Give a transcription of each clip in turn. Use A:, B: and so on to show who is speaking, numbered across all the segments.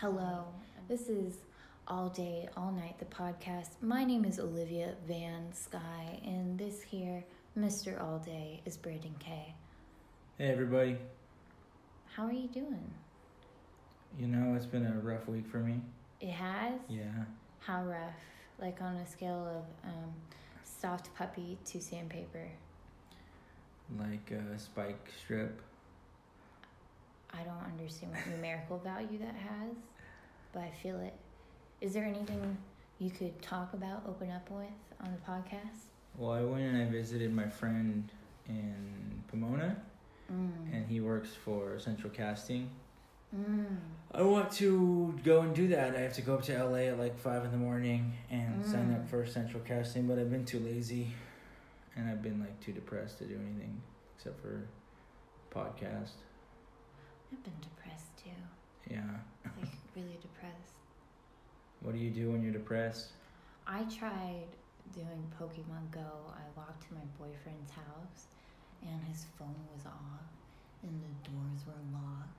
A: Hello. This is All Day, All Night, the podcast. My name is Olivia Van Sky, and this here, Mr. All Day, is Braden Kay.
B: Hey everybody.
A: How are you doing?
B: You know it's been a rough week for me.
A: It has?
B: Yeah.
A: How rough? Like on a scale of um, soft puppy to sandpaper.
B: Like a spike strip.
A: I don't understand what numerical value that has, but I feel it. Is there anything you could talk about, open up with on the podcast?
B: Well, I went and I visited my friend in Pomona,
A: Mm.
B: and he works for Central Casting.
A: Mm.
B: I want to go and do that. I have to go up to LA at like five in the morning and sign
A: Mm.
B: up for Central Casting, but I've been too lazy, and I've been like too depressed to do anything except for podcast.
A: I've been depressed too.
B: Yeah.
A: Like, really depressed.
B: What do you do when you're depressed?
A: I tried doing Pokemon Go. I walked to my boyfriend's house and his phone was off and the doors were locked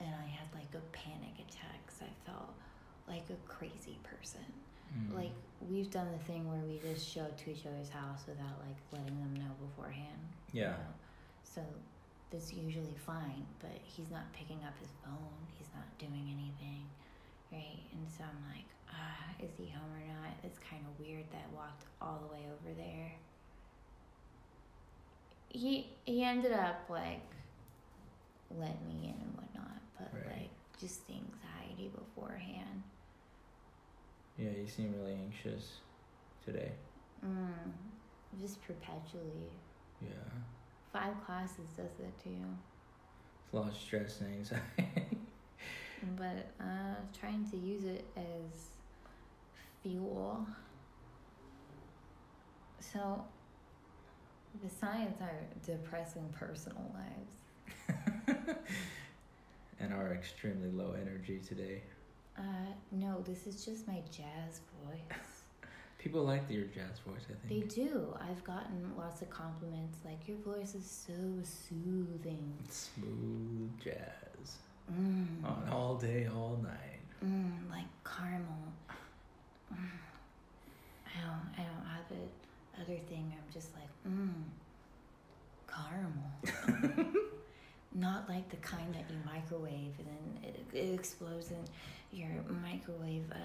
A: and I had like a panic attack 'cause I felt like a crazy person.
B: Mm.
A: Like we've done the thing where we just show to each other's house without like letting them know beforehand. you
B: Yeah.
A: know? So that's usually fine, but he's not picking up his phone. He's not doing anything, right? And so I'm like, ah, is he home or not? It's kind of weird that I walked all the way over there. He he ended up like let me in and whatnot, but
B: Right.
A: like just the anxiety beforehand.
B: Yeah, you seem really anxious today.
A: Mm, just perpetually.
B: Yeah.
A: Five classes does that to you.
B: It's a lot of stress and anxiety.
A: But uh, trying to use it as fuel. So, besides our depressing personal lives,
B: and our extremely low energy today.
A: uh, no, this is just my jazz voice.
B: People like your jazz voice, I
A: They
B: think.
A: do. I've gotten lots of compliments like, your voice is so soothing.
B: It's smooth jazz
A: Mm.
B: on all day, all night.
A: Mm, like caramel. Mm. I don't. I don't have it. Other thing, I'm just like, mm, caramel. Not like the kind that you microwave and then it, it explodes and your microwave uh,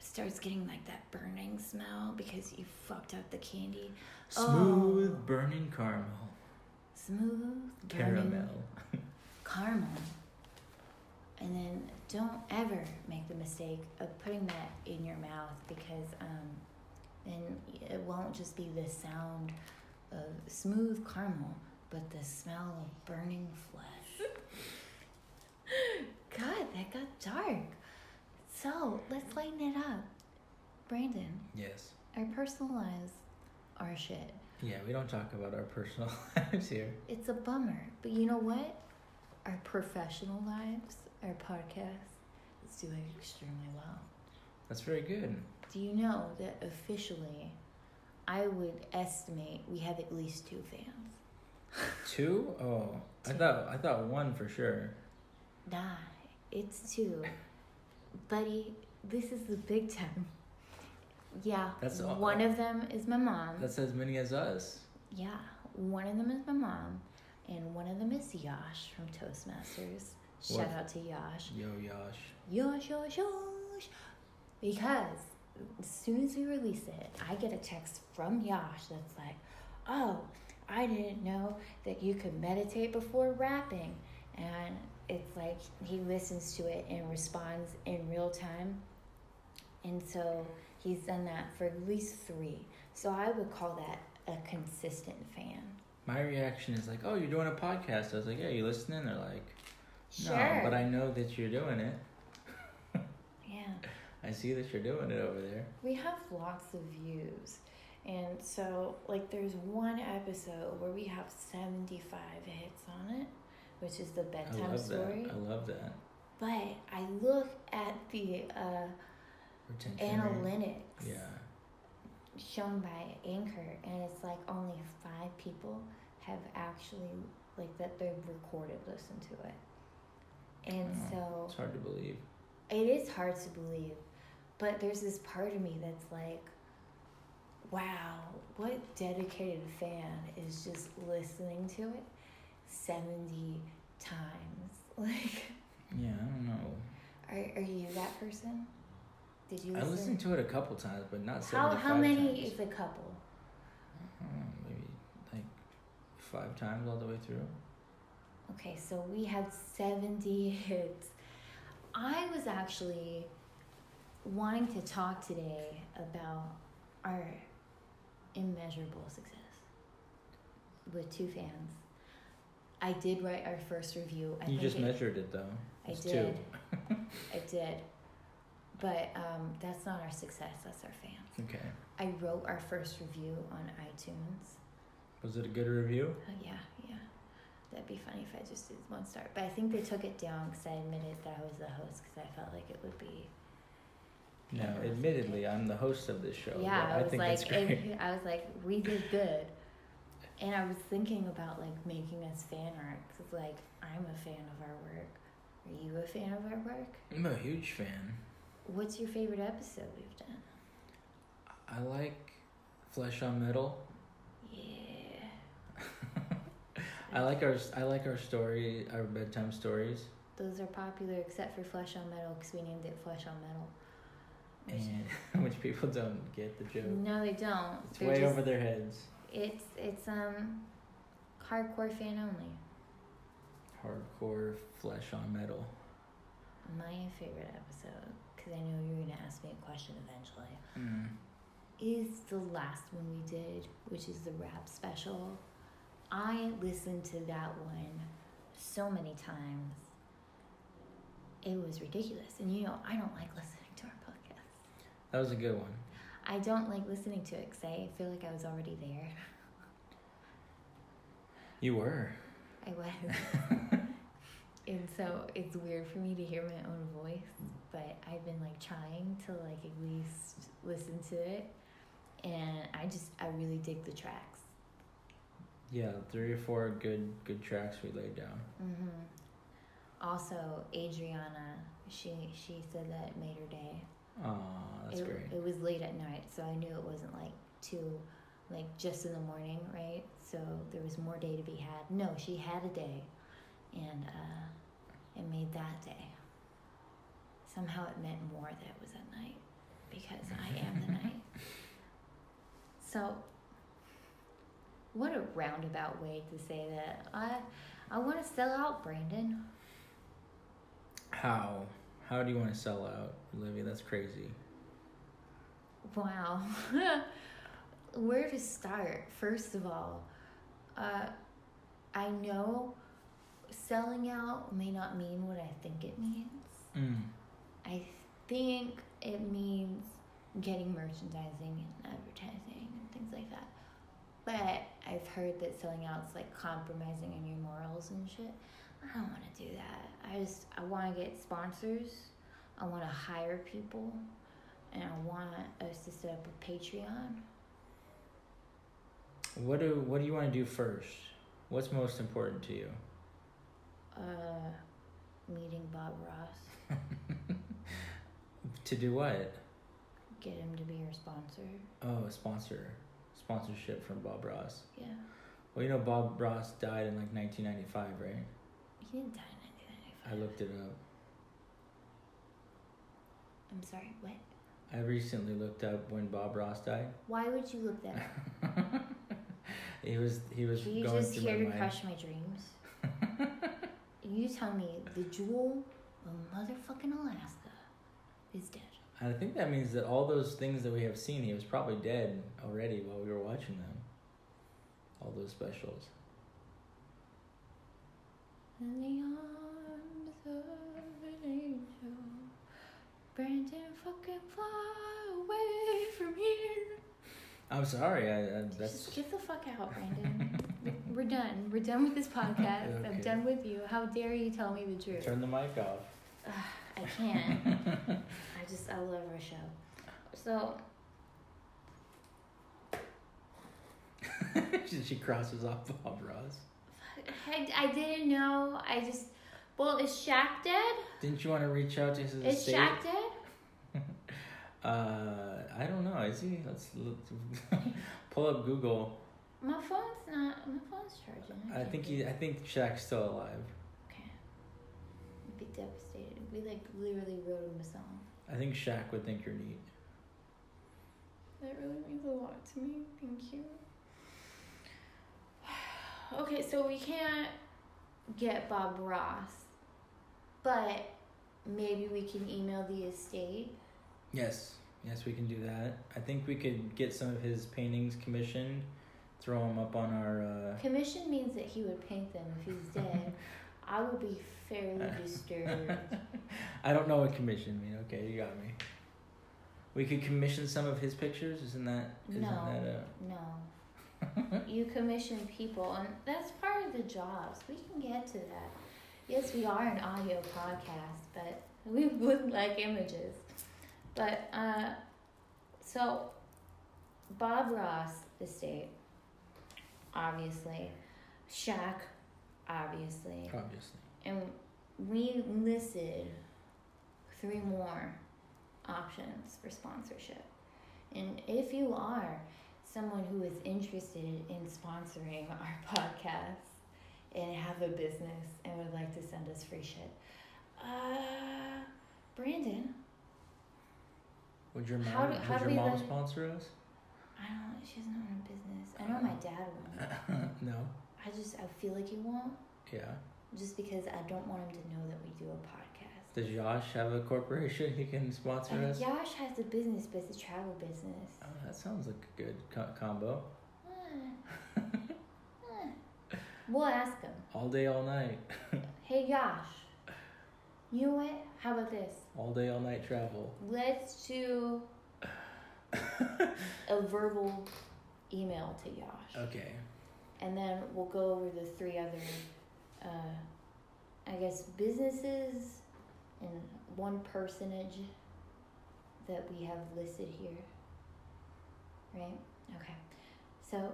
A: starts getting like that burning smell because you fucked up the candy.
B: Smooth
A: Oh.
B: burning caramel,
A: Smooth burning
B: caramel.
A: caramel. And then don't ever make the mistake of putting that in your mouth because um, then it won't just be the sound of smooth caramel, but the smell of burning flesh. God, that got dark. So let's lighten it up. Brandon,
B: Yes.
A: our personal lives are shit.
B: Yeah, we don't talk about our personal lives here.
A: It's a bummer, but you know what? Our professional lives, our podcast, is doing extremely well.
B: That's very good.
A: Do you know that officially, I would estimate we have at least two fans?
B: Two? Oh, I thought I thought one for sure.
A: Nah, it's two. Buddy, this is the big time. Yeah,
B: That's all-
A: one of them is my mom.
B: That's as many as us.
A: Yeah, one of them is my mom, and one of them is Yash from Toastmasters. Shout
B: What?
A: out to Yash.
B: Yo, Yosh.
A: Yosh, yosh, yosh. Because as soon as we release it, I get a text from Yosh that's like, oh, I didn't know that you could meditate before rapping. And it's like he listens to it and responds in real time. And so he's done that for at least three. So I would call that a consistent fan.
B: My reaction is like, "Oh, you're doing a podcast." I was like, "Yeah, you listening?" They're like, "No, but I know that you're doing it.
A: yeah.
B: I see that you're doing it over there."
A: We have lots of views. And so, like, there's one episode where we have 75 hits on it, which is the
B: I
A: bedtime
B: love
A: story.
B: that. I love that
A: But I look at the uh,
B: retention. rate.
A: analytics
B: Yeah,
A: shown by Anchor, and it's like only five people have actually, like, that they've recorded, listened to it. And
B: Wow.
A: so,
B: it's hard to believe.
A: it is hard to believe, but there's this part of me that's like, wow, what dedicated fan is just listening to it 70 times? Like,
B: Yeah, I don't know.
A: are, are you that person? Did you
B: I
A: listen?
B: listened to it a couple times, but not
A: how,
B: seventy-five
A: how many
B: times.
A: is a couple?
B: I don't know, maybe like five times all the way through.
A: Okay, so we had 70 hits. I was actually wanting to talk today about our immeasurable success with two fans. I did write our first review. I
B: you
A: think
B: just
A: it-
B: measured it though.
A: I
B: It's
A: did.
B: two.
A: I did. But um, that's not our success, that's our fans.
B: Okay.
A: I wrote our first review on iTunes.
B: Was it a good review?
A: Oh, yeah, yeah. That'd be funny if I just did one star. But I think they took it down because I admitted that I was the host because I felt like it would be.
B: No,
A: Yeah.
B: admittedly, I'm the host of this show.
A: yeah,
B: but
A: I
B: Oh, I,
A: was
B: think it's
A: like,
B: great.
A: it- I was like, we did good. And I was thinking about like making us fan art because like I'm a fan of our work. Are you a fan of our work?
B: I'm a huge fan.
A: What's your favorite episode we've done?
B: I like Flesh on Metal.
A: Yeah,
B: I like our I like our story, our bedtime stories,
A: those are popular except for Flesh on Metal because we named it Flesh on Metal.
B: and which people don't get the joke.
A: no, they don't. Mm.
B: It's
A: They're
B: way
A: just-
B: over their heads.
A: It's it's um hardcore fan only.
B: Hardcore Flesh on Metal.
A: My favorite episode, because I know you're gonna ask me a question eventually,
B: Mm.
A: is the last one we did, which is the rap special. I listened to that one so many times. It was ridiculous, and you know I don't like listening to our podcast.
B: That was a good one.
A: I don't like listening to it because I feel like I was already there.
B: You were.
A: I was. and so it's weird for me to hear my own voice, but I've been like trying to like at least listen to it. And I just I really dig the tracks.
B: Yeah, three or four good good tracks we laid down.
A: Mhm. Also, Adriana, she she said that it made her day.
B: Aw, that's
A: it,
B: great.
A: It was late at night, so I knew it wasn't like two, like just in the morning, right? So there was more day to be had. No, she had a day, and uh, it made that day. Somehow it meant more that it was at night, because I am the night. So, what a roundabout way to say that. I, I want to sell out, Brandon.
B: How? How do you want to sell out, Olivia? That's crazy.
A: Wow. Where to start? First of all, uh, I know selling out may not mean what I think it means.
B: Mm.
A: I think it means getting merchandising and advertising and things like that. But I've heard that selling out's like compromising on your morals and shit. I don't want to do that. I just I want to get sponsors. I want to hire people, and I want us to set up a Patreon.
B: What do What do you want to do first? What's most important to you?
A: Uh, meeting Bob Ross,
B: To do what?
A: get him to be your sponsor.
B: Oh, a sponsor, sponsorship from Bob Ross.
A: Yeah,
B: Well, you know Bob Ross died in like 1995, right?
A: he didn't die
B: I
A: in 1995.
B: looked it up.
A: I'm sorry. What?
B: I recently looked up when Bob Ross died.
A: Why would you look that up?
B: he was he was
A: Are you
B: going
A: just
B: through
A: here to
B: my mind.
A: crush my dreams? you tell me the jewel of motherfucking Alaska is dead.
B: I think that means that all those things that we have seen, he was probably dead already while we were watching them. All those specials.
A: In the arms of an angel, Brandon fucking fly away from here.
B: I'm sorry. I, I that's
A: Just get the fuck out, Brandon. We're done. We're done with this podcast. I'm
B: Okay.
A: done with you. How dare you tell me the truth?
B: turn the mic off.
A: Ugh, I can't. I just I love our show. So
B: she crosses off Bob Ross.
A: I, I didn't know. I just Well, is Shaq dead?
B: Didn't you want to reach out to his
A: Is
B: estate?
A: Shaq dead?
B: Uh, I don't know. Is he? Let's look, pull up Google.
A: My phone's not. My phone's charging.
B: I
A: can't
B: think
A: do
B: he. I
A: that.
B: think Shaq's still alive.
A: Okay. I'd be devastated. We like literally wrote him a song.
B: I think Shaq would think you're neat.
A: That really means a lot to me. Thank you. Okay, so we can't get Bob Ross, but maybe we can email the estate.
B: Yes. Yes, we can do that. I think we could get some of his paintings commissioned, throw them up on our. Uh,
A: Commission means that he would paint them if he's dead. I would be fairly disturbed.
B: I don't know what commission mean. Okay, you got me. We could commission some of his pictures. Isn't that? Isn't
A: No.
B: that a,
A: No. you commission people, and that's part of the jobs. We can get to that. Yes, we are an audio podcast, but we would like images. But, uh, so Bob Ross estate, obviously. Shaq, obviously.
B: obviously.
A: And we listed three more options for sponsorship. And if you are someone who is interested in sponsoring our podcast and have a business and would like to send us free shit, uh, Brandon,
B: Would your mom?
A: How do- how
B: would
A: do
B: your
A: we
B: mom
A: let-
B: sponsor us?
A: I don't. She doesn't own a business. I know my dad won't.
B: no.
A: I just I feel like he won't,
B: Yeah.
A: just because I don't want him to know that we do a podcast.
B: Does Josh have a corporation he can sponsor
A: And
B: us?
A: Josh has the business, but it's a travel business.
B: Oh, that sounds like a good co- combo.
A: Eh. Eh. we'll ask him.
B: All day, all night.
A: Hey, Josh. You know what? How about this?
B: All day, all night travel.
A: Let's do a verbal email to Josh,
B: Okay.
A: and then we'll go over the three other, uh, I guess, businesses and one personage that we have listed here. Right? Okay. So,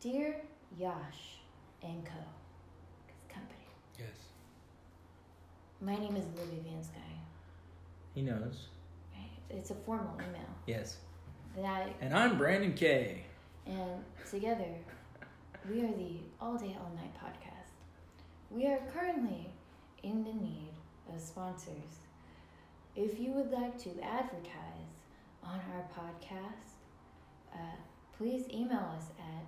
A: dear Yash and Co. 'cause company.
B: Yes.
A: My name is Olivia Vansky.
B: He knows.
A: Right? It's a formal email
B: Yes.
A: that I
B: And I'm Brandon K.
A: And together, we are the All Day All Night podcast. We are currently in the need of sponsors. If you would like to advertise on our podcast, uh, please email us at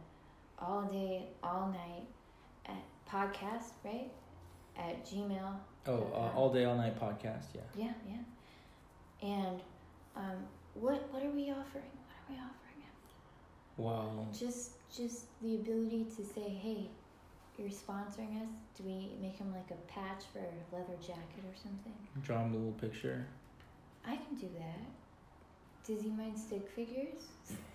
A: all day all night at podcast right at gmail
B: Oh, uh, all day, all night podcast. Yeah.
A: yeah, yeah. And um, what what are we offering? What are we offering?
B: Wow.
A: Just, just the ability to say, "Hey, you're sponsoring us." Do we make him like a patch for a leather jacket or something?
B: Draw him a little picture.
A: I can do that. Does he mind stick figures?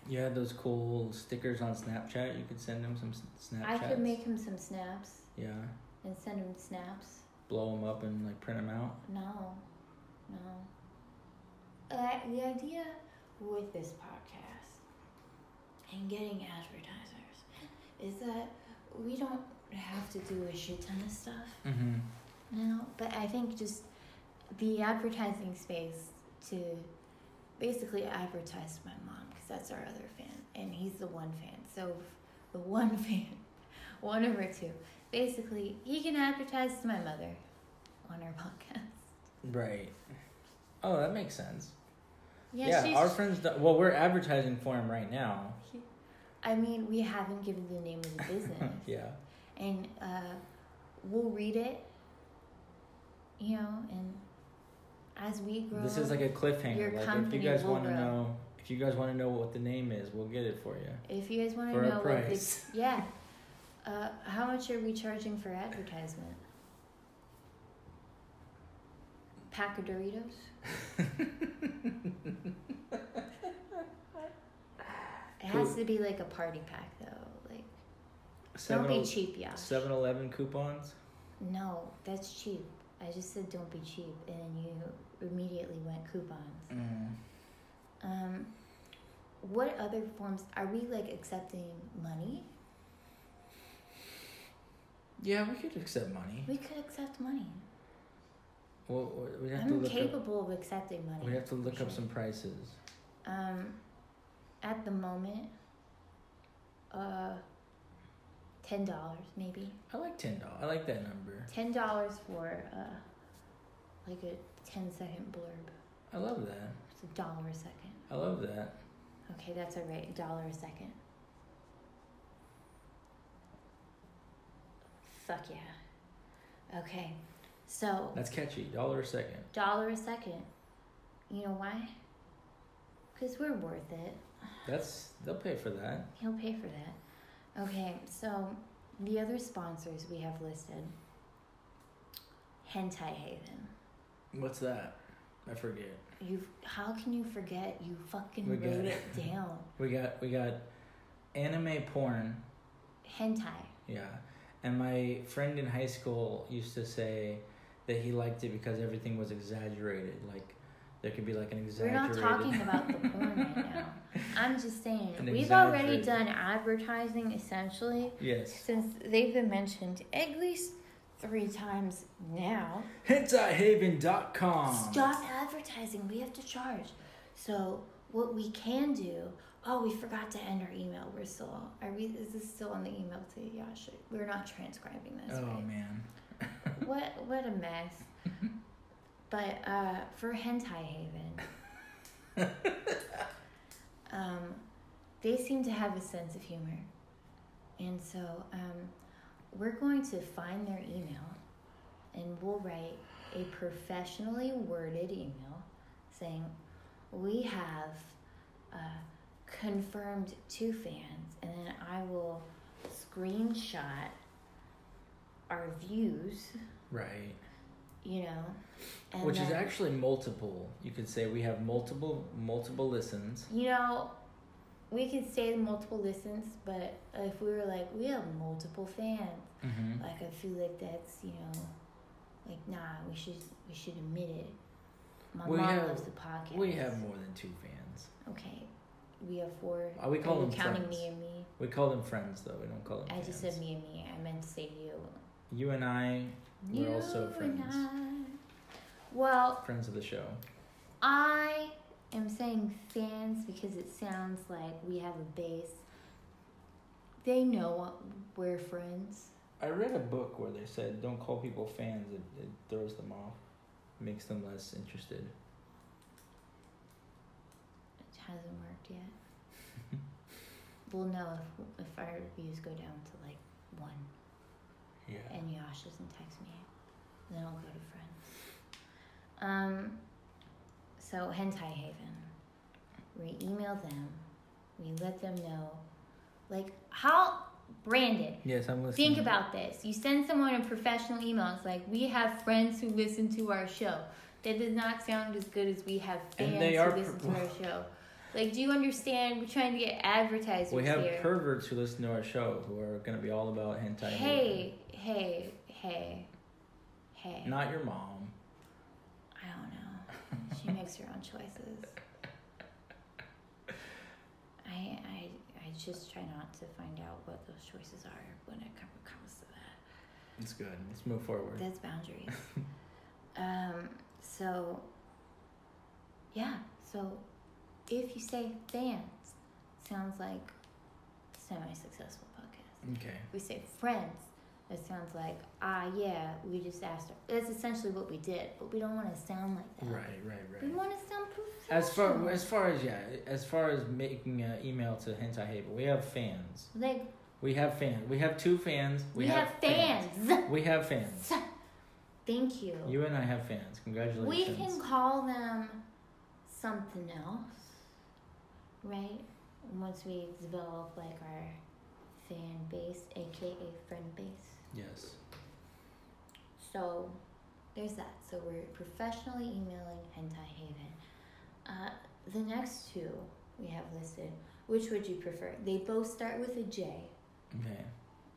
B: You had those cool stickers on Snapchat. You could send him some s- Snapchats.
A: I could make him some snaps
B: Yeah.
A: and send him snaps.
B: Blow them up and like print them out.
A: No, no. Uh, the idea with this podcast and getting advertisers is that we don't have to do a shit ton of stuff.
B: Mm-hmm.
A: No, but I think just the advertising space to basically advertise to my mom because that's our other fan, and he's the one fan. So if the one fan, one over two, basically he can advertise to my mother on our podcast.
B: Right. Oh, that makes sense.
A: Yeah,
B: Yeah,
A: she's.
B: our friends. Do- well, we're advertising for him right now.
A: I mean, we haven't given the name of the business,
B: yeah.
A: and uh, we'll read it. You know, and as we grow,
B: This is like a cliffhanger.
A: your
B: like if you
A: company
B: guys
A: will
B: want to
A: grow.
B: know, if you guys want to know what the name is, we'll get it for you
A: If you guys want to
B: for
A: know
B: a
A: what the
B: price.
A: Yeah. Uh, how much are we charging for advertisement? Pack of Doritos? It has to be like a party pack though. Like don't be cheap, yeah.
B: 7-Eleven coupons.
A: No, that's cheap. I just said don't be cheap and you immediately went coupons.
B: Mm.
A: Um what other forms are we like accepting money?
B: Yeah, we could accept money.
A: We could accept money.
B: Well, we- we have to
A: I'm
B: look up.
A: capable of accepting
B: We
A: money.
B: have to look up some prices.
A: Um, at the moment, uh, ten dollars maybe.
B: I like ten dollars. I like that number.
A: Ten dollars for uh, like a 10 second blurb.
B: I love that.
A: It's a dollar a second.
B: I love that.
A: Okay, that's all right. A dollar a second. Fuck yeah. Okay, so
B: That's catchy. Dollar a second.
A: dollar a second. You know why? Because we're worth it.
B: That's they'll pay for that.
A: He'll pay for that. Okay, so the other sponsors we have listed Hentai Haven.
B: What's that? I forget.
A: You, how can you forget? You fucking
B: We got
A: wrote
B: it.
A: it down.
B: We got we got anime porn.
A: Hentai.
B: Yeah. And my friend in high school used to say that he liked it because everything was exaggerated. Like there could be like an
A: We're
B: exaggerated.
A: not talking about the porn right now. I'm just saying
B: An
A: we've already
B: exaggerated-
A: done advertising essentially
B: yes.
A: since they've been mentioned at least three times now.
B: HentaiHaven.com.
A: Stop advertising. We have to charge. So what we can do? Oh, we forgot to end our email. We're still. Are we? Is this still on the email to Yasha? We're not transcribing this.
B: Oh
A: right?
B: man.
A: What what a mess. but uh, for Hentai Haven, um, they seem to have a sense of humor, and so um, we're going to find their email, and we'll write a professionally worded email saying we have uh, confirmed two fans, and then I will screenshot our views,
B: Right.
A: you know, and
B: Which is
A: then-
B: actually multiple. You could say we have multiple multiple listens.
A: you know, we could say multiple listens, but if we were like we have multiple fans,
B: Mm-hmm.
A: like I feel like that's you know, like nah, we should we should admit it. My
B: We
A: mom
B: have-
A: loves the podcast.
B: We have more than two fans.
A: okay, we have four.
B: Uh, we call
A: Are you
B: them
A: counting
B: friends.
A: me and me?
B: We call them friends though. We don't call them.
A: I
B: fans.
A: just said me and me. I meant to say you.
B: You and I, We're also
A: You and
B: friends.
A: I. Well,
B: friends of the show.
A: I am saying fans because it sounds like we have a base. They know we're friends.
B: I read a book where they said don't call people fans. It, it throws them off, makes them less interested.
A: It hasn't worked yet. we'll know if, if our views go down to like one
B: Yeah.
A: and Yash doesn't text me. Then I'll go to friends. Um, so, Hentai Haven. We email them. We let them know. Like, how. Brandon,
B: Yes, I'm listening.
A: Think about this. You send someone a professional email. It's like we have friends who listen to our show. That does not sound as good as we have fans
B: And they
A: who
B: are
A: listen
B: pro-
A: to our show. Like, do you understand? We're trying to get advertisers
B: We have
A: here.
B: perverts who listen to our show who are gonna be all about hentai.
A: hey, hey, hey, hey.
B: Not your mom.
A: I don't know. She makes her own choices. I I I just try not to find out what those choices are when it com- comes to that.
B: It's good. Let's move forward.
A: That's boundaries. um, so, yeah. So, if you say fans, sounds like semi-successful podcast.
B: okay.
A: If we say friends, that sounds like ah yeah, we just asked. Her. That's essentially what we did, but we don't want to sound like that.
B: Right, right,
A: We
B: right.
A: want to sound professional.
B: As far as far as yeah, as far as making an email to hentai haven, we have fans.
A: like
B: We have fans. We have two fans.
A: we, have, fans.
B: We have fans.
A: Thank you.
B: You and I have fans. Congratulations.
A: we can call them something else, right? Once we develop like our fan base, aka friend base.
B: Yes.
A: So there's that. So we're professionally emailing Hentai Haven. Uh, the next two we have listed. Which would you prefer? They both start with a J.
B: Okay.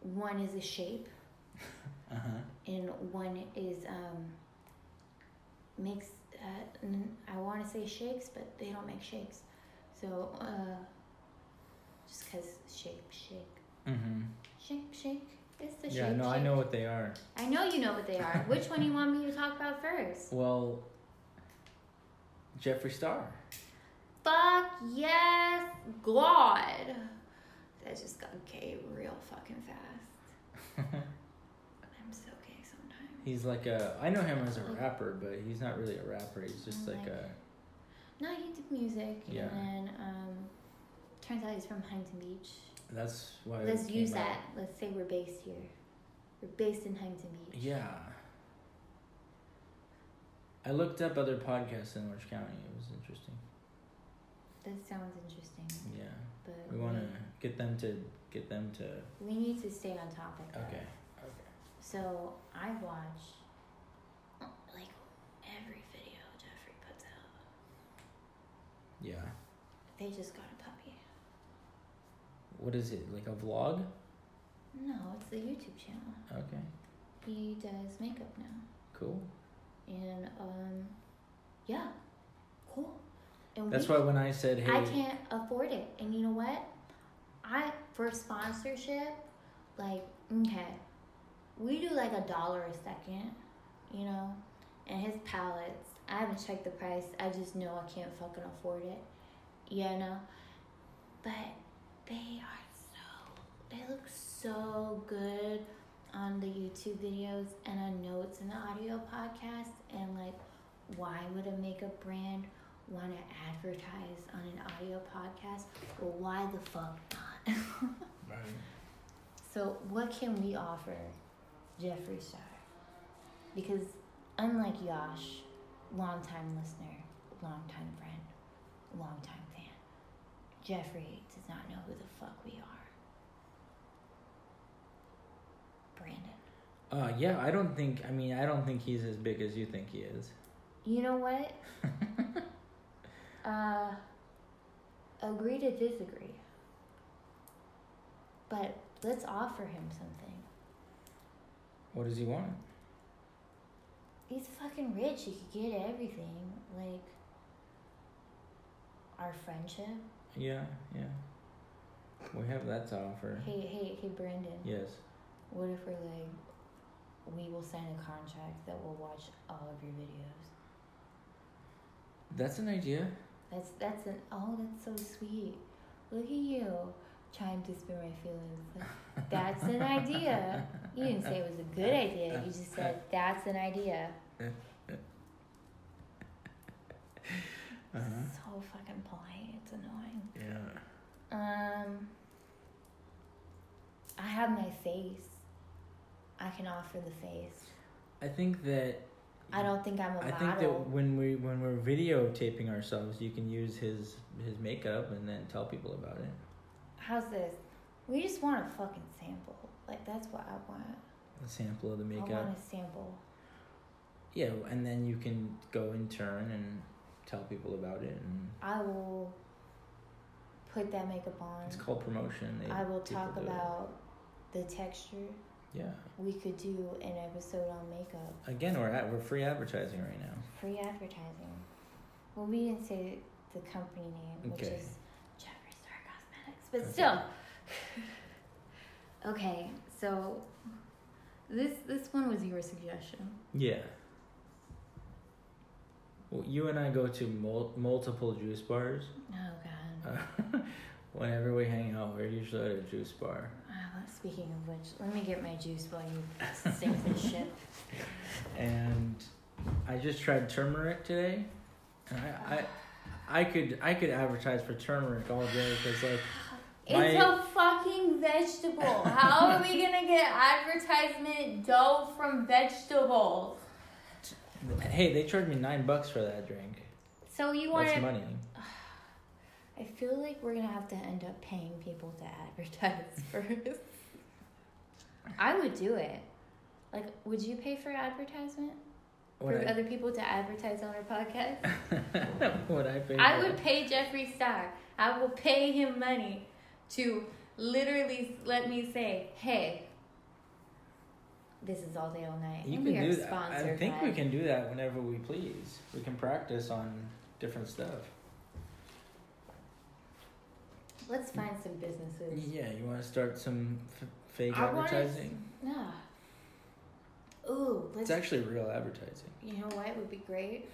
A: One is a shape,
B: Uh huh.
A: and one is um. Makes uh, n- I want to say shakes, but they don't make shakes. So uh, just cause shape, shake,
B: Mm hmm.
A: shake, shake, It's the
B: yeah,
A: shape
B: no, I know what they are.
A: I know you know what they are. Which one do you want me to talk about first?
B: Well, Jeffree Star.
A: Fuck yes, God. That just got gay real fucking fast. I'm so gay sometimes.
B: he's like a. I know him as a rapper, but he's not really a rapper. He's just
A: Oh
B: like
A: my-
B: a.
A: No, he did music,
B: Yeah.
A: and then um, turns out he's from Huntington Beach.
B: That's why. it
A: Let's
B: Oh, came
A: use
B: out.
A: that. Let's say we're based here. We're based in Huntington Beach.
B: Yeah. I looked up other podcasts in Orange County. It was interesting.
A: That sounds interesting,
B: Yeah,
A: but
B: we want to
A: Mm-hmm.
B: get them to get them to.
A: we need to stay on topic. though.
B: Okay.
A: So I watch like every video Jeffrey puts out.
B: Yeah.
A: They just got a puppy.
B: What is it like a vlog?
A: No, it's the YouTube channel.
B: Okay.
A: He does makeup now,
B: Cool.
A: and um, yeah, cool. And
B: That's
A: we,
B: why when I said hey,
A: Mm-hmm. I can't afford it. And you know what? I for sponsorship, like okay, we do like a dollar a second, you know, and his palettes. I haven't checked the price. I just know I can't fucking afford it, you know. But they are so they look so good on the YouTube videos, and I know it's an audio podcast, and like, why would a makeup brand want to advertise on an audio podcast? Well, why the fuck not?
B: Right.
A: so, what can we offer Jeffree Star? Because, unlike Yash, longtime listener, longtime friend, longtime fan, Jeffrey does not know who the fuck we are. Brandon.
B: Uh, yeah, I don't think. I mean, I don't think he's as big as you think he is.
A: You know what? uh, agree to disagree. But let's offer him something.
B: What does he want?
A: He's fucking rich. He could get everything. Like, our friendship.
B: Yeah, yeah. We have that to offer.
A: Hey, hey, hey, Brandon.
B: Yes.
A: What if we're like, we will sign a contract that we'll watch all of your videos?
B: That's an idea.
A: That's that's an oh that's so sweet. Look at you trying to spin my feelings. That's an idea. You didn't say it was a good idea. You just said that's an idea.
B: Uh-huh.
A: So fucking polite. It's annoying.
B: Yeah.
A: Um, I have my face. I can offer the face.
B: I think that.
A: I don't think I'm a
B: I think
A: model.
B: that when we when we're videotaping ourselves, you can use his his makeup and then tell people about it.
A: How's this? We just want a fucking sample. Like that's what I want.
B: A sample of the
A: I
B: makeup.
A: want a sample.
B: Yeah, and then you can go in turn and tell people about it, and
A: I will put that makeup on.
B: it's called promotion. They-
A: I will
B: people
A: talk
B: do it.
A: about the texture.
B: Yeah.
A: We could do an episode on makeup.
B: Again, we're at we're free advertising right now.
A: Free advertising. Well, we didn't say the company name, which
B: Okay.
A: is Jeffree Star Cosmetics, but still. okay, so this this one was your suggestion.
B: Yeah. Well, you and I go to mul- multiple juice bars.
A: Oh God.
B: Uh, Whenever we hang out, we're usually at a juice bar.
A: Ah, speaking of which, let me get my juice while you sink this shit.
B: and I just tried turmeric today, and I, I, I could I could advertise for turmeric all day because like
A: It's
B: My-
A: a fucking vegetable. How are we gonna get advertisement dough from vegetables?
B: hey they charged me nine bucks for that drink.
A: So you want
B: That's
A: to?
B: money.
A: I feel like we're gonna have to end up paying people to advertise first. I would do it. Like, would you pay for advertisement
B: Would
A: for
B: I,
A: other people to advertise on our podcast?
B: would I pay?
A: I
B: for
A: would
B: that?
A: pay Jeffree Star. I will pay him money to literally let me say, hey, this is all day, all night.
B: You
A: and
B: can
A: we are
B: do that. I
A: sponsored
B: think
A: by
B: we can do that whenever we please. We can practice on different stuff.
A: Let's find some businesses.
B: Yeah, you want to start some f- fake
A: I wanna-
B: advertising.
A: Nah. Ooh, let's.
B: It's actually real advertising.
A: you know what would be great?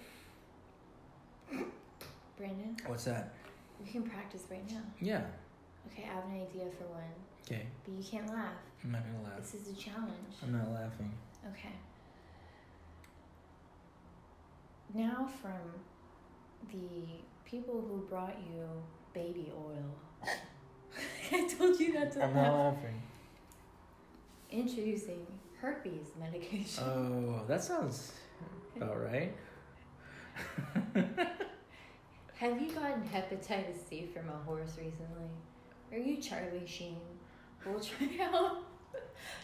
A: Brandon,
B: What's that?
A: we can practice right now.
B: Yeah.
A: Okay, I have an idea for one,
B: Okay.
A: but you can't laugh.
B: I'm not gonna laugh.
A: This is a challenge.
B: I'm not laughing.
A: Okay. Now, from the people who brought you baby oil. I told you not to
B: I'm
A: laugh.
B: not laughing.
A: Introducing herpes medication.
B: Oh, that sounds about right.
A: Have you gotten hepatitis C from a horse recently? Are you Charlie Sheen? We'll try out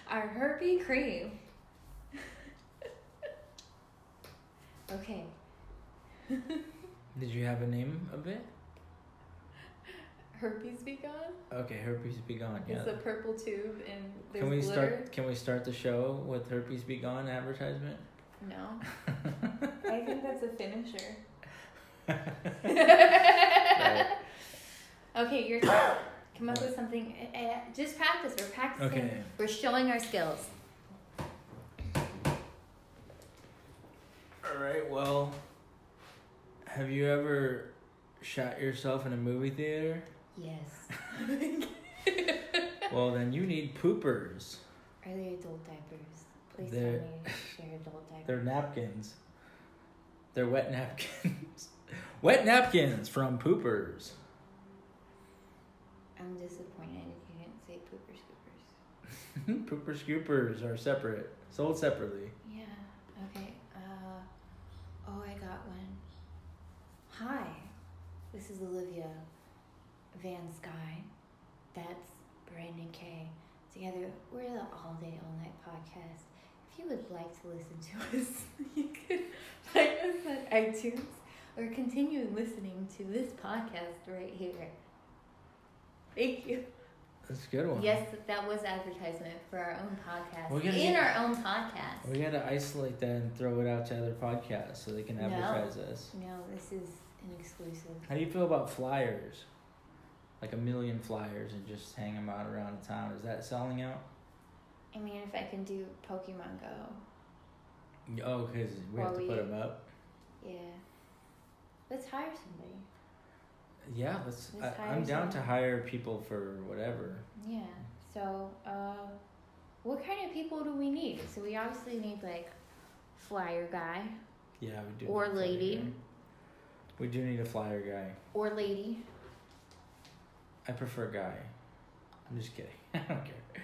A: our herpy cream. okay.
B: Did you have a name of it?
A: Herpes be gone?
B: Okay, herpes be gone. Yeah.
A: It's a purple tube and there's
B: Can we
A: glitter.
B: start? Can we start the show with herpes be gone advertisement?
A: No. I think that's a finisher. Okay, you're come up with something. Eh, eh, Just practice. We're practicing.
B: Okay.
A: We're showing our skills.
B: All right. Well, have you ever shot yourself in a movie theater?
A: Yes.
B: Well, then you need poopers.
A: Are they adult diapers? Please
B: They're-
A: tell me they're adult diapers.
B: They're napkins. They're wet napkins. wet napkins from poopers.
A: I'm disappointed you didn't say pooper scoopers.
B: Pooper scoopers are separate, sold separately.
A: Yeah. Okay. Uh, oh, I got one. Hi, this is Olivia Van Sky. That's Brandon Kay. Together, we're the All Day All Night podcast. If you would like to listen to us, you could find us on iTunes or continue listening to this podcast right here. Thank you.
B: That's a good one.
A: Yes, that was advertisement for our own podcast.
B: Oh. We're gonna
A: in
B: get-
A: our own podcast.
B: We gotta isolate that and throw it out to other podcasts so they can
A: No.
B: advertise us.
A: No, this is an exclusive.
B: How do you feel about flyers? Like a million flyers and just hang them out around town. Is that selling out?
A: I mean, if I can do Pokemon Go,
B: Oh, because we
A: Well,
B: have to put
A: we-
B: them up.
A: yeah. Let's hire somebody.
B: Yeah, let's.
A: Let's
B: I,
A: hire
B: I'm down to
A: someone.
B: hire people for whatever.
A: Yeah. So, uh, what kind of people do we need? So we obviously need like flyer guy
B: Yeah, we do.
A: Or
B: need a flyer
A: lady.
B: guy. We do need a flyer guy.
A: or lady.
B: I prefer guy. I'm just kidding. I don't care.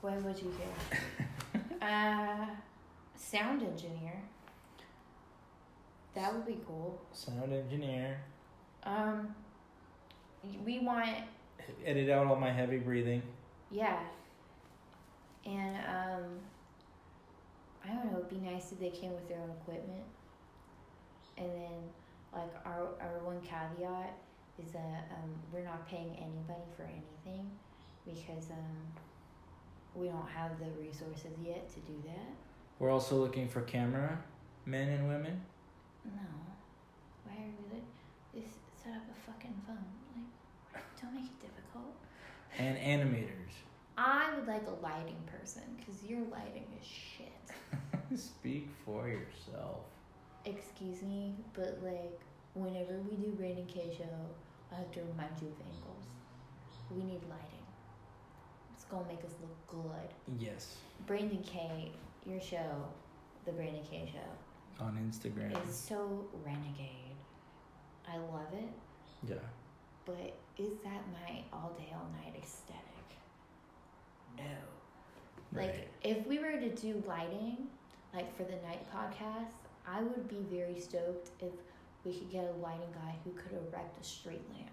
A: What would you do? uh, sound engineer. That would be cool.
B: Sound engineer.
A: Um, we want
B: Edit out all my heavy breathing.
A: Yeah. And um I don't know, it'd be nice if they came with their own equipment. And then like our our one caveat is that um we're not paying anybody for anything because um we don't have the resources yet to do that.
B: We're also looking for camera men and women.
A: No. Why are we like just set up a fucking phone? Like don't make it difficult.
B: and animators.
A: I would like a lighting person because your lighting is shit.
B: Speak for yourself.
A: excuse me, but like whenever we do Brandon K show, I have to remind you of angles. We need lighting. It's gonna make us look good.
B: Yes.
A: Brandon K, your show, the Brandon K show,
B: On Instagram.
A: is so renegade. I love it,
B: Yeah.
A: but is that my all day, all night aesthetic? No. Like if we were to do lighting, like for the night podcast, I would be very stoked if we could get a lighting guy who could erect a street lamp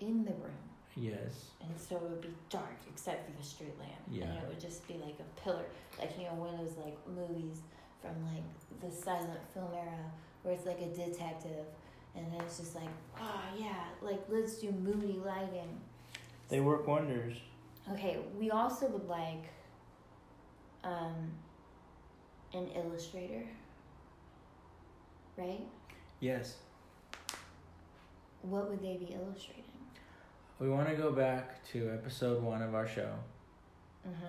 A: in the room.
B: Yes.
A: And so it would be dark except for the street lamp. And
B: Yeah.
A: it would just be like a pillar. Like, you know, one of those like movies from like the silent film era where it's like a detective and then it's just like, oh yeah, like let's do moody lighting.
B: They work wonders.
A: Okay, we also would like um, an illustrator, right?
B: Yes.
A: What would they be illustrating?
B: We want to go back to episode one of our show
A: Uh-huh.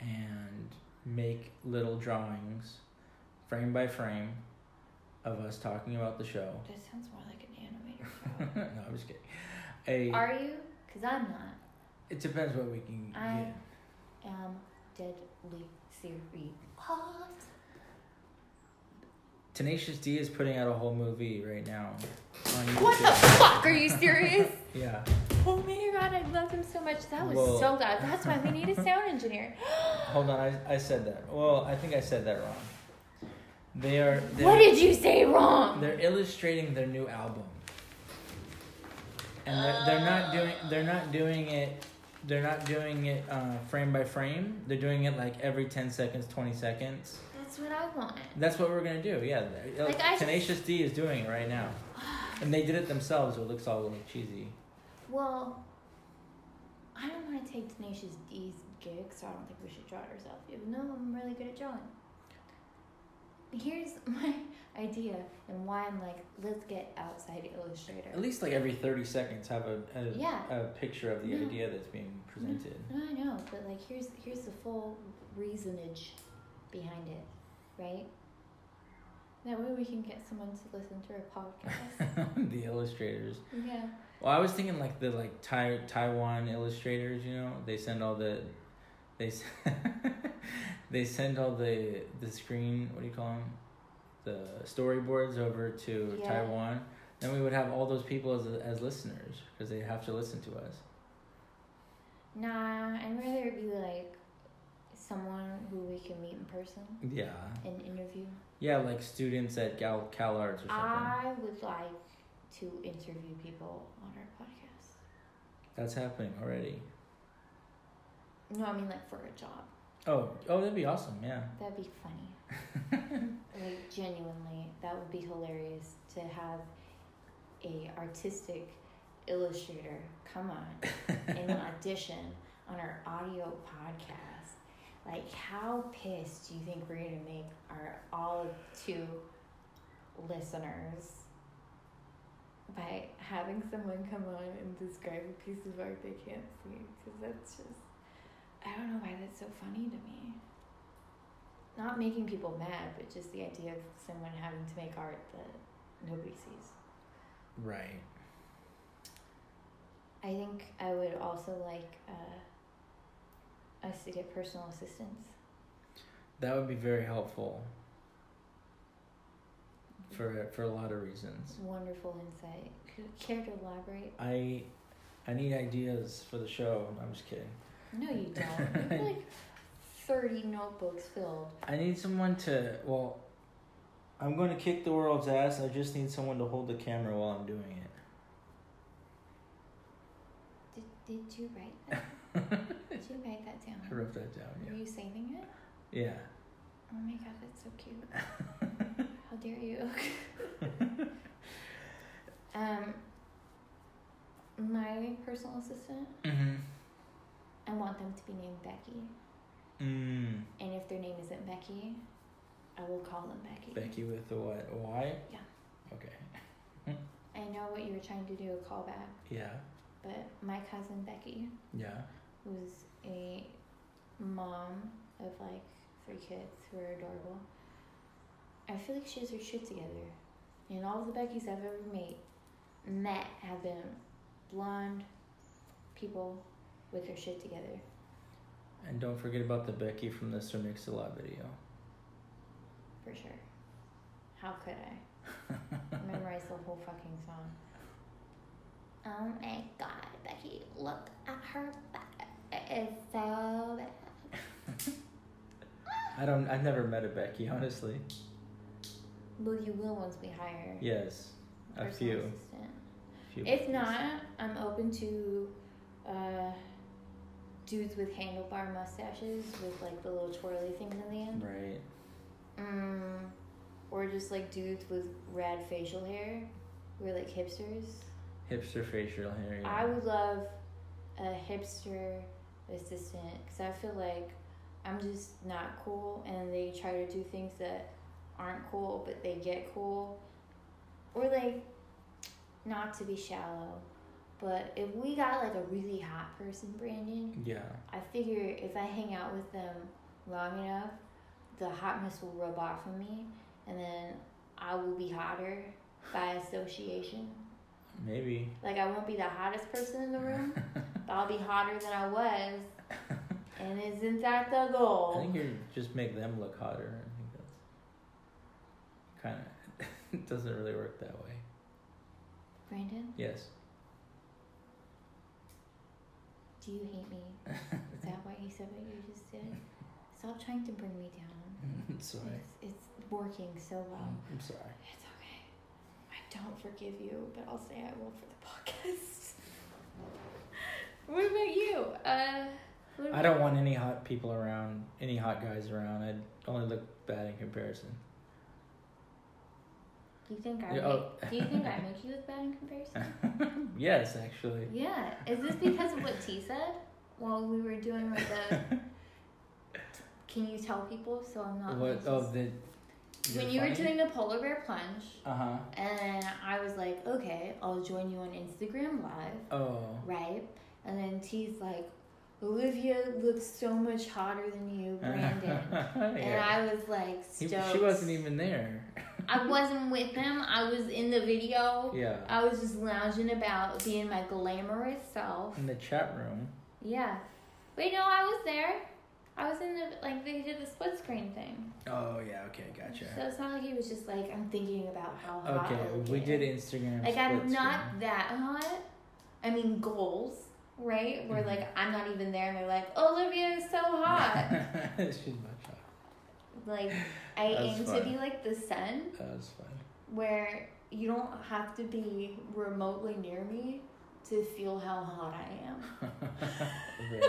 B: and make little drawings, frame by frame, of us talking about the show.
A: That sounds more like an
B: no,
A: animator
B: I'm just kidding. A,
A: show. Are you? Because I'm not.
B: it depends what we can
A: I-
B: get.
A: Am deadly serious.
B: Tenacious D is putting out a whole movie right now on YouTube.
A: What the fuck? Are you serious?
B: yeah.
A: oh my god, I love him so much. That was
B: Whoa.
A: so good. That's why we need a sound engineer.
B: Hold on, I, I said that. Well, I think I said that wrong. They are. they're-
A: What did you say wrong?
B: They're illustrating their new album, and they're, they're
A: Ah.
B: not doing. They're not doing it. They're not doing it uh, frame by frame. They're doing it like every ten seconds, twenty seconds.
A: That's what I want.
B: That's what we're gonna do. Yeah, they're-
A: Like, I just-
B: Tenacious D is doing it right now, and they did it themselves. So it looks all like cheesy.
A: Well, I don't want to take Tenacious D's gig, so I don't think we should draw it ourselves, even though I'm really good at drawing. Here's my idea and why I'm like, let's get outside illustrator.
B: At least like every thirty seconds, have a a,
A: Yeah. Mm-hmm.
B: a picture of the
A: No.
B: idea that's being presented.
A: No, I know, but like here's here's the full reasonage behind it, right? That way we can get someone to listen to our podcast.
B: the illustrators.
A: yeah.
B: Well, I was thinking like the like Tai Taiwan illustrators. You know, they send all the, they, s- they send all the the screen. What do you call them? The storyboards over to
A: Yeah.
B: Taiwan. Then we would have all those people as as listeners because they have to listen to us.
A: Nah, I'd rather it be like someone who we can meet in person
B: Yeah.
A: and interview.
B: Yeah, like students at Cal CalArts or something.
A: I would like to interview people on our podcast.
B: That's happening already.
A: No, I mean like for a job.
B: Oh, oh, that'd be awesome. Yeah.
A: That'd be funny. like genuinely, that would be hilarious to have a artistic illustrator come on in an audition on our audio podcast. Like, how pissed do you think we're gonna make our all two listeners by having someone come on and describe a piece of art they can't see? Because that's just, I don't know why that's so funny to me not making people mad, but just the idea of someone having to make art that nobody sees.
B: Right.
A: I think I would also like uh, us to get personal assistants.
B: That would be very helpful. For for a lot of reasons.
A: It's wonderful insight. Could- Care to elaborate?
B: I I need ideas for the show. I'm just kidding.
A: No, you don't. You have like thirty notebooks filled.
B: I need someone to well I'm going to kick the world's ass. I just need someone to hold the camera while I'm doing it.
A: Did Did you write that? did you write that down?
B: I wrote that down.
A: Are you saving it?
B: Yeah. Yeah.
A: Oh my god, that's so cute. How dare you? um, my personal assistant,
B: Mhm.
A: I want them to be named Becky.
B: Mm.
A: And if their name isn't Becky, I will call them Becky.
B: Becky with the what? Why?
A: Yeah.
B: Okay.
A: I know what you were trying to do, a callback,
B: Yeah.
A: but my cousin Becky
B: Yeah.
A: was a mom of like three kids who are adorable. I feel like she has her shit together. And all the Beckys I've ever made, met have been blonde people with their shit together.
B: And don't forget about the Becky from the Sir Mix-a-Lot video.
A: For sure. How could I? Memorize the whole fucking song. Oh my god, Becky, look at her back. It is so bad.
B: I don't I've never met a Becky, honestly.
A: Well, you will once we hire
B: Yes. A
A: personal
B: few.
A: assistant.
B: few
A: If
B: Beckys.
A: not, I'm open to uh, dudes with handlebar mustaches with like the little twirly things in the end.
B: Right.
A: Mm, or just like dudes with rad facial hair who are like hipsters.
B: Hipster facial hair. yeah.
A: I would love a hipster assistant because I feel like I'm just not cool, and they try to do things that aren't cool, but they get cool, or like not to be shallow, But if we got like a really hot person, Brandon,
B: Yeah.
A: I figure if I hang out with them long enough, the hotness will rub off on me, and then I will be hotter by association.
B: Maybe.
A: Like I won't be the hottest person in the room, but I'll be hotter than I was, and isn't that the
B: I
A: goal?
B: think you just make them look hotter. I think that's kind of it doesn't really work that way.
A: Brandon,
B: Yes.
A: do you hate me? Is that why you said what you just did? Stop trying to bring me down.
B: sorry.
A: It's, it's working so well.
B: Um, I'm sorry.
A: It's okay. I don't forgive you, but I'll say I will for the podcast. what about you? Uh, what
B: I don't want any hot people around, any hot guys around. I'd only look bad in comparison.
A: Do you think I?
B: Yeah,
A: make,
B: oh.
A: do you think I make you look bad in comparison?
B: Yes, actually.
A: yeah. Is this because of what T said while we were doing like the? Can you tell people so I'm not?
B: What?
A: racist?
B: Oh, the.
A: when you were doing the polar bear plunge,
B: Uh huh.
A: and I was like, okay, I'll join you on Instagram Live.
B: Oh.
A: right? And then T's like, Olivia looks so much hotter than you, Brandon. And
B: Yeah.
A: I was like,
B: He-
A: stoked.
B: she wasn't even there.
A: I wasn't with him. I was in the video.
B: Yeah.
A: I was just lounging about, being my glamorous self.
B: In the chat room.
A: Yeah. Wait, no, I was there. I was in the like they did the split screen thing.
B: Oh yeah. Okay. Gotcha.
A: So it's not like he was just like I'm thinking about how hot.
B: okay.
A: I look
B: We
A: in."
B: did Instagram.
A: Like I'm
B: split
A: not
B: screen.
A: that hot. I mean goals, right? Where
B: Mhm.
A: like I'm not even there, and they're like, Olivia is so hot.
B: She's much hot.
A: like I
B: That's
A: aim to
B: fine.
A: be like the sun,
B: That was fun.
A: where you don't have to be remotely near me to feel how hot I am.
B: Very-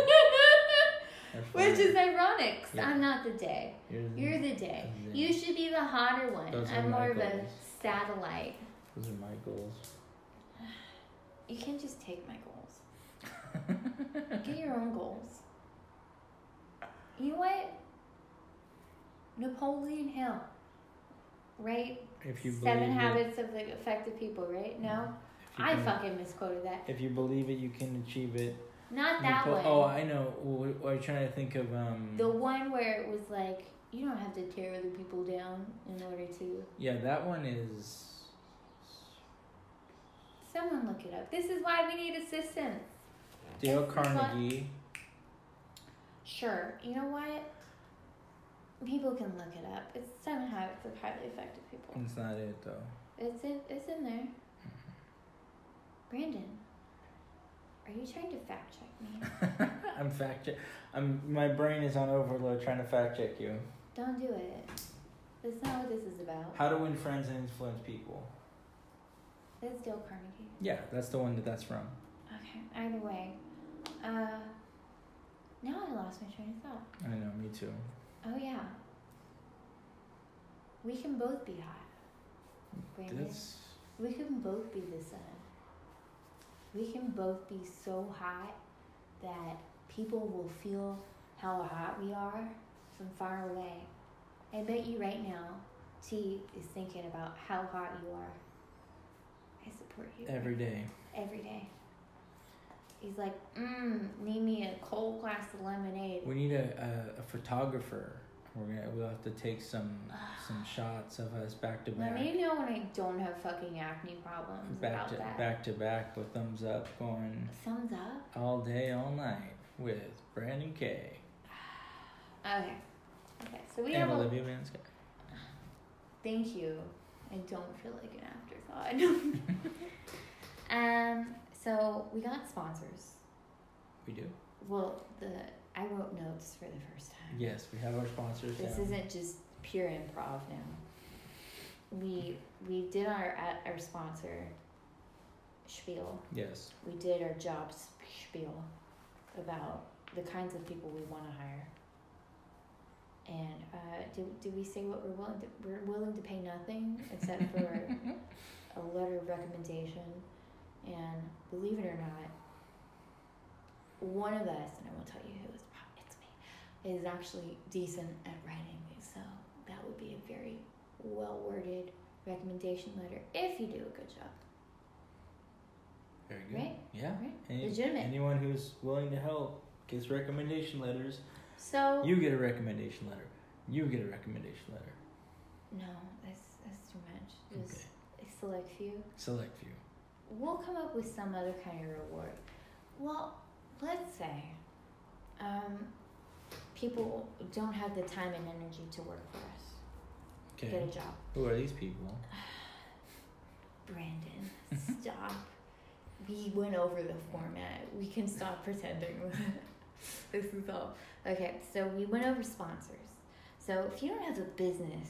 B: that's
A: Which is
B: fun.
A: ironic. 'cause
B: Yeah.
A: I'm not the day.
B: You're the-
A: You're the day.
B: I'm the-
A: You should be the hotter one.
B: Those are
A: I'm more
B: my
A: of a
B: goals.
A: satellite.
B: Those are my goals.
A: You can't just take my goals. Get your own goals. You know what? Napoleon Hill, right?
B: If you
A: Seven
B: believe it,
A: Habits of the Effective People, right? No,
B: if you
A: I
B: can-
A: fucking misquoted that.
B: If you believe it, you can achieve it.
A: Not that
B: Napo-
A: one.
B: Oh, I know. Well, What are you trying to think of? Um,
A: the one where it was like you don't have to tear other people down in order to.
B: yeah, that one is.
A: Someone look it up. This is why we need assistance.
B: Dale
A: It's the one-
B: Carnegie.
A: Sure. You know what? People can look it up. It's seven habits of highly effective people.
B: It's not it though.
A: It's in, it's in there.
B: Mm-hmm.
A: Brandon, are you trying to fact check me?
B: I'm fact check. I'm my brain is on overload trying to fact check you.
A: Don't do it. That's not what this is about.
B: How to win friends and influence people.
A: That's Dale Carnegie.
B: Yeah, that's the one that that's from.
A: Okay. Either way, uh, now I lost my train of thought.
B: I know, me too.
A: Oh yeah. We can both be hot. Brandon,
B: That's
A: we can both be the sun. We can both be so hot that people will feel how hot we are from far away. I bet you right now, T is thinking about how hot you are. I support you
B: every day.
A: every day. He's like, mmm, need me a cold glass of lemonade.
B: We need a, a, a photographer. We're gonna we'll have to take some some shots of us back to
A: Let
B: back.
A: me know when I don't have fucking acne problems
B: Back
A: about
B: to
A: that.
B: back to back with thumbs up going
A: Thumbs up.
B: all day, all night with Brandon K.
A: Okay. Okay. So we
B: and
A: have a
B: Olivia Manska.
A: thank you. I don't feel like an afterthought. um. So we got sponsors.
B: We do?
A: Well, the I wrote notes for the first time.
B: Yes, we have our sponsors.
A: This
B: down.
A: isn't just pure improv now. We we did our at our sponsor spiel.
B: Yes.
A: we did our job sp- spiel about the kinds of people we want to hire. And uh, did, did we say what we're willing to? We're willing to pay nothing except for a letter of recommendation. And believe it or not, one of us, and I won't tell you who, it's, prob- it's me, is actually decent at writing. So that would be a very well worded recommendation letter if you do a good job.
B: Very good.
A: Right?
B: Yeah.
A: Right?
B: Any-
A: Legitimate.
B: Anyone who's willing to help gets recommendation letters.
A: So
B: You get a recommendation letter. You get a recommendation letter.
A: no, that's that's too much. Just
B: Okay.
A: a select few.
B: Select few.
A: We'll come up with some other kind of reward. Well, let's say um, people don't have the time and energy to work for us.
B: Okay.
A: Get a job.
B: Who are these people?
A: Brandon,
B: Mhm.
A: stop. we went over the format. We can stop pretending. this is all. Okay, so we went over sponsors. So if you don't have a business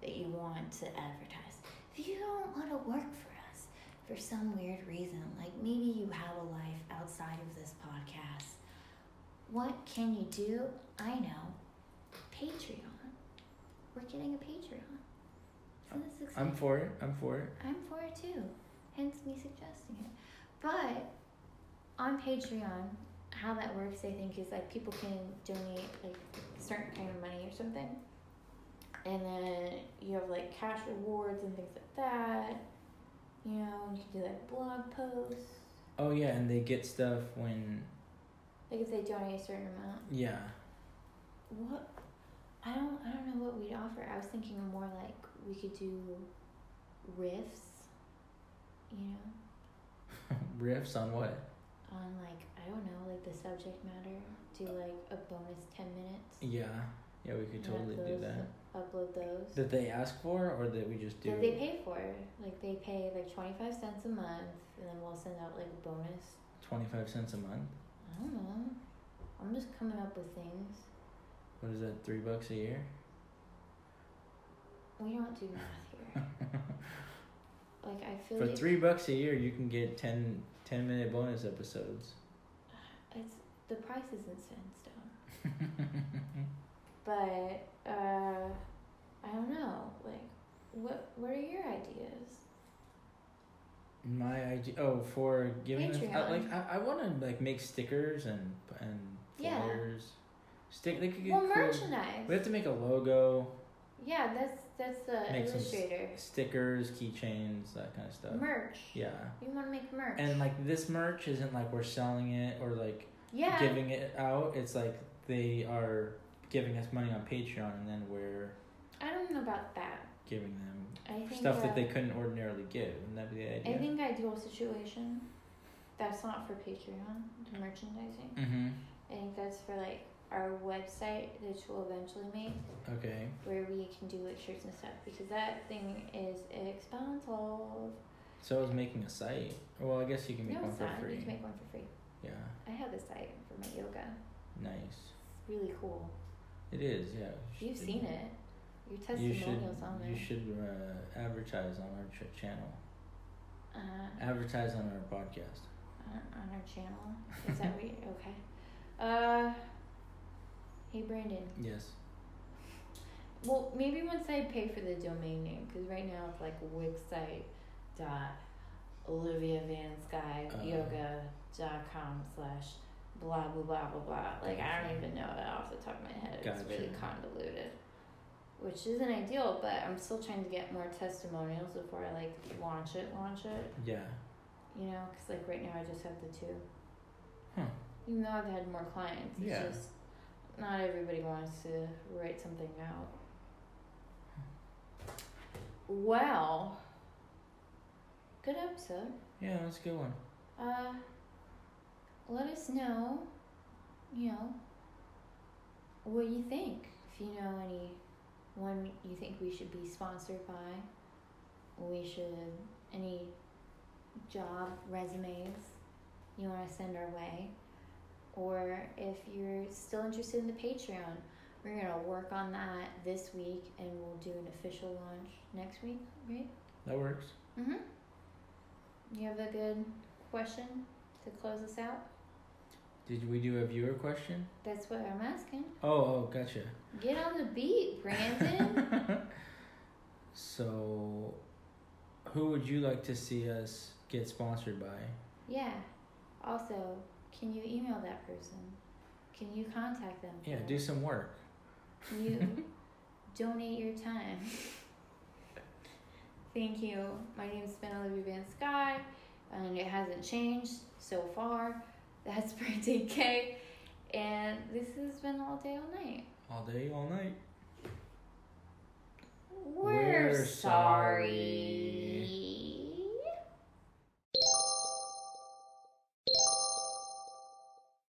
A: that you want to advertise, if you don't want to work for us for some weird reason, like maybe you have a life outside of this podcast, what can you do? I know. Patreon. We're getting a Patreon. Isn't this exciting?
B: I'm for it. I'm for it.
A: I'm for it too, hence me suggesting it. But on Patreon, how that works, I think, is like people can donate like a certain kind of money or something, and then you have like cash rewards and things like that. You know, and you can do like blog posts.
B: Oh yeah, and they get stuff when
A: Like if they donate a certain amount,
B: yeah.
A: what? I don't. I don't know what we'd offer. I was thinking more like we could do riffs. You know.
B: Riffs on what?
A: on like I don't know, like the subject matter. Do like a bonus ten minutes.
B: Yeah. Yeah, we could
A: and have
B: totally do
A: those,
B: that.
A: Upload those.
B: That they ask for or that we just do
A: that they pay for. Like they pay like twenty five cents a month, and then we'll send out like a bonus.
B: twenty five cents a month?
A: I don't know. I'm just coming up with things.
B: What is that, three bucks a year?
A: We don't do math here. like I feel
B: For
A: like
B: three bucks a year you can get 10, 10 minute bonus episodes.
A: it's the price isn't set in stone. But uh, I don't know. Like, what what are your ideas?
B: My idea. Oh, for giving. us- I,
A: Patreon.
B: like I, I want to like make stickers and and
A: Yeah.
B: flyers. Stick. They could get
A: Well,
B: cool-
A: merchandise.
B: We have to make a logo,
A: Yeah, that's that's the
B: Make some s-
A: illustrator.
B: stickers, keychains, that kind of stuff.
A: merch.
B: Yeah.
A: You want to make merch.
B: And like this merch isn't like we're selling it or like
A: yeah,
B: giving it out. It's like they are giving us money on Patreon and then we're
A: I don't know about that.
B: giving them
A: I think
B: stuff
A: uh,
B: that they couldn't ordinarily give. Wouldn't that be the idea?
A: I think ideal situation. That's not for Patreon the merchandising.
B: mm-hmm.
A: I think that's for like our website that we'll eventually make,
B: Okay.
A: where we can do like shirts and stuff because that thing is expensive.
B: So I was making a site. Well, I guess you can make
A: No,
B: one
A: it's
B: for
A: not.
B: free.
A: You can make one for free.
B: Yeah.
A: I have a site for my yoga.
B: Nice.
A: It's really cool.
B: It is. Yeah. You
A: You've
B: should-
A: seen it. Your
B: Mm-hmm. You should.
A: testimonials on there.
B: You should uh, advertise on our ch- channel.
A: Uh,
B: Advertise on our podcast.
A: on on our channel. Is that we okay? Uh, hey Brandon.
B: Yes.
A: Well, maybe once I pay for the domain name, because right now it's like wixsite dot Olivia Van Sky
B: Uh.
A: Yoga dot com slash blah blah blah blah blah. Like I don't even know that off the top of my head. It's really
B: Gotcha.
A: convoluted. Which isn't ideal, but I'm still trying to get more testimonials before I like launch it, launch it.
B: Yeah.
A: You know, because like right now I just have the two.
B: Huh.
A: Even though I've had more clients, it's
B: Yeah.
A: just not everybody wants to write something out. Well, good episode.
B: Yeah, that's a good one.
A: Uh, let us know, you know, what you think. If you know any one you think we should be sponsored by, we should, any job resumes you want to send our way, or if you're still interested in the Patreon, we're going to work on that this week and we'll do an official launch next week, right?
B: That works.
A: Mm-hmm. You have a good question to close us out?
B: Did we do a viewer question?
A: That's what I'm asking.
B: Oh, oh, gotcha.
A: Get on the beat, Brandon.
B: so, who would you like to see us get sponsored by?
A: yeah. Also, can you email that person? Can you contact them?
B: Yeah,
A: for
B: do
A: us?
B: some work.
A: Can you donate your time? Thank you. My name's Ben Olivia Van Sky, and it hasn't hasn't changed so far. That's pretty K. And this has been all day, all night.
B: All day, all night.
A: We're, sorry.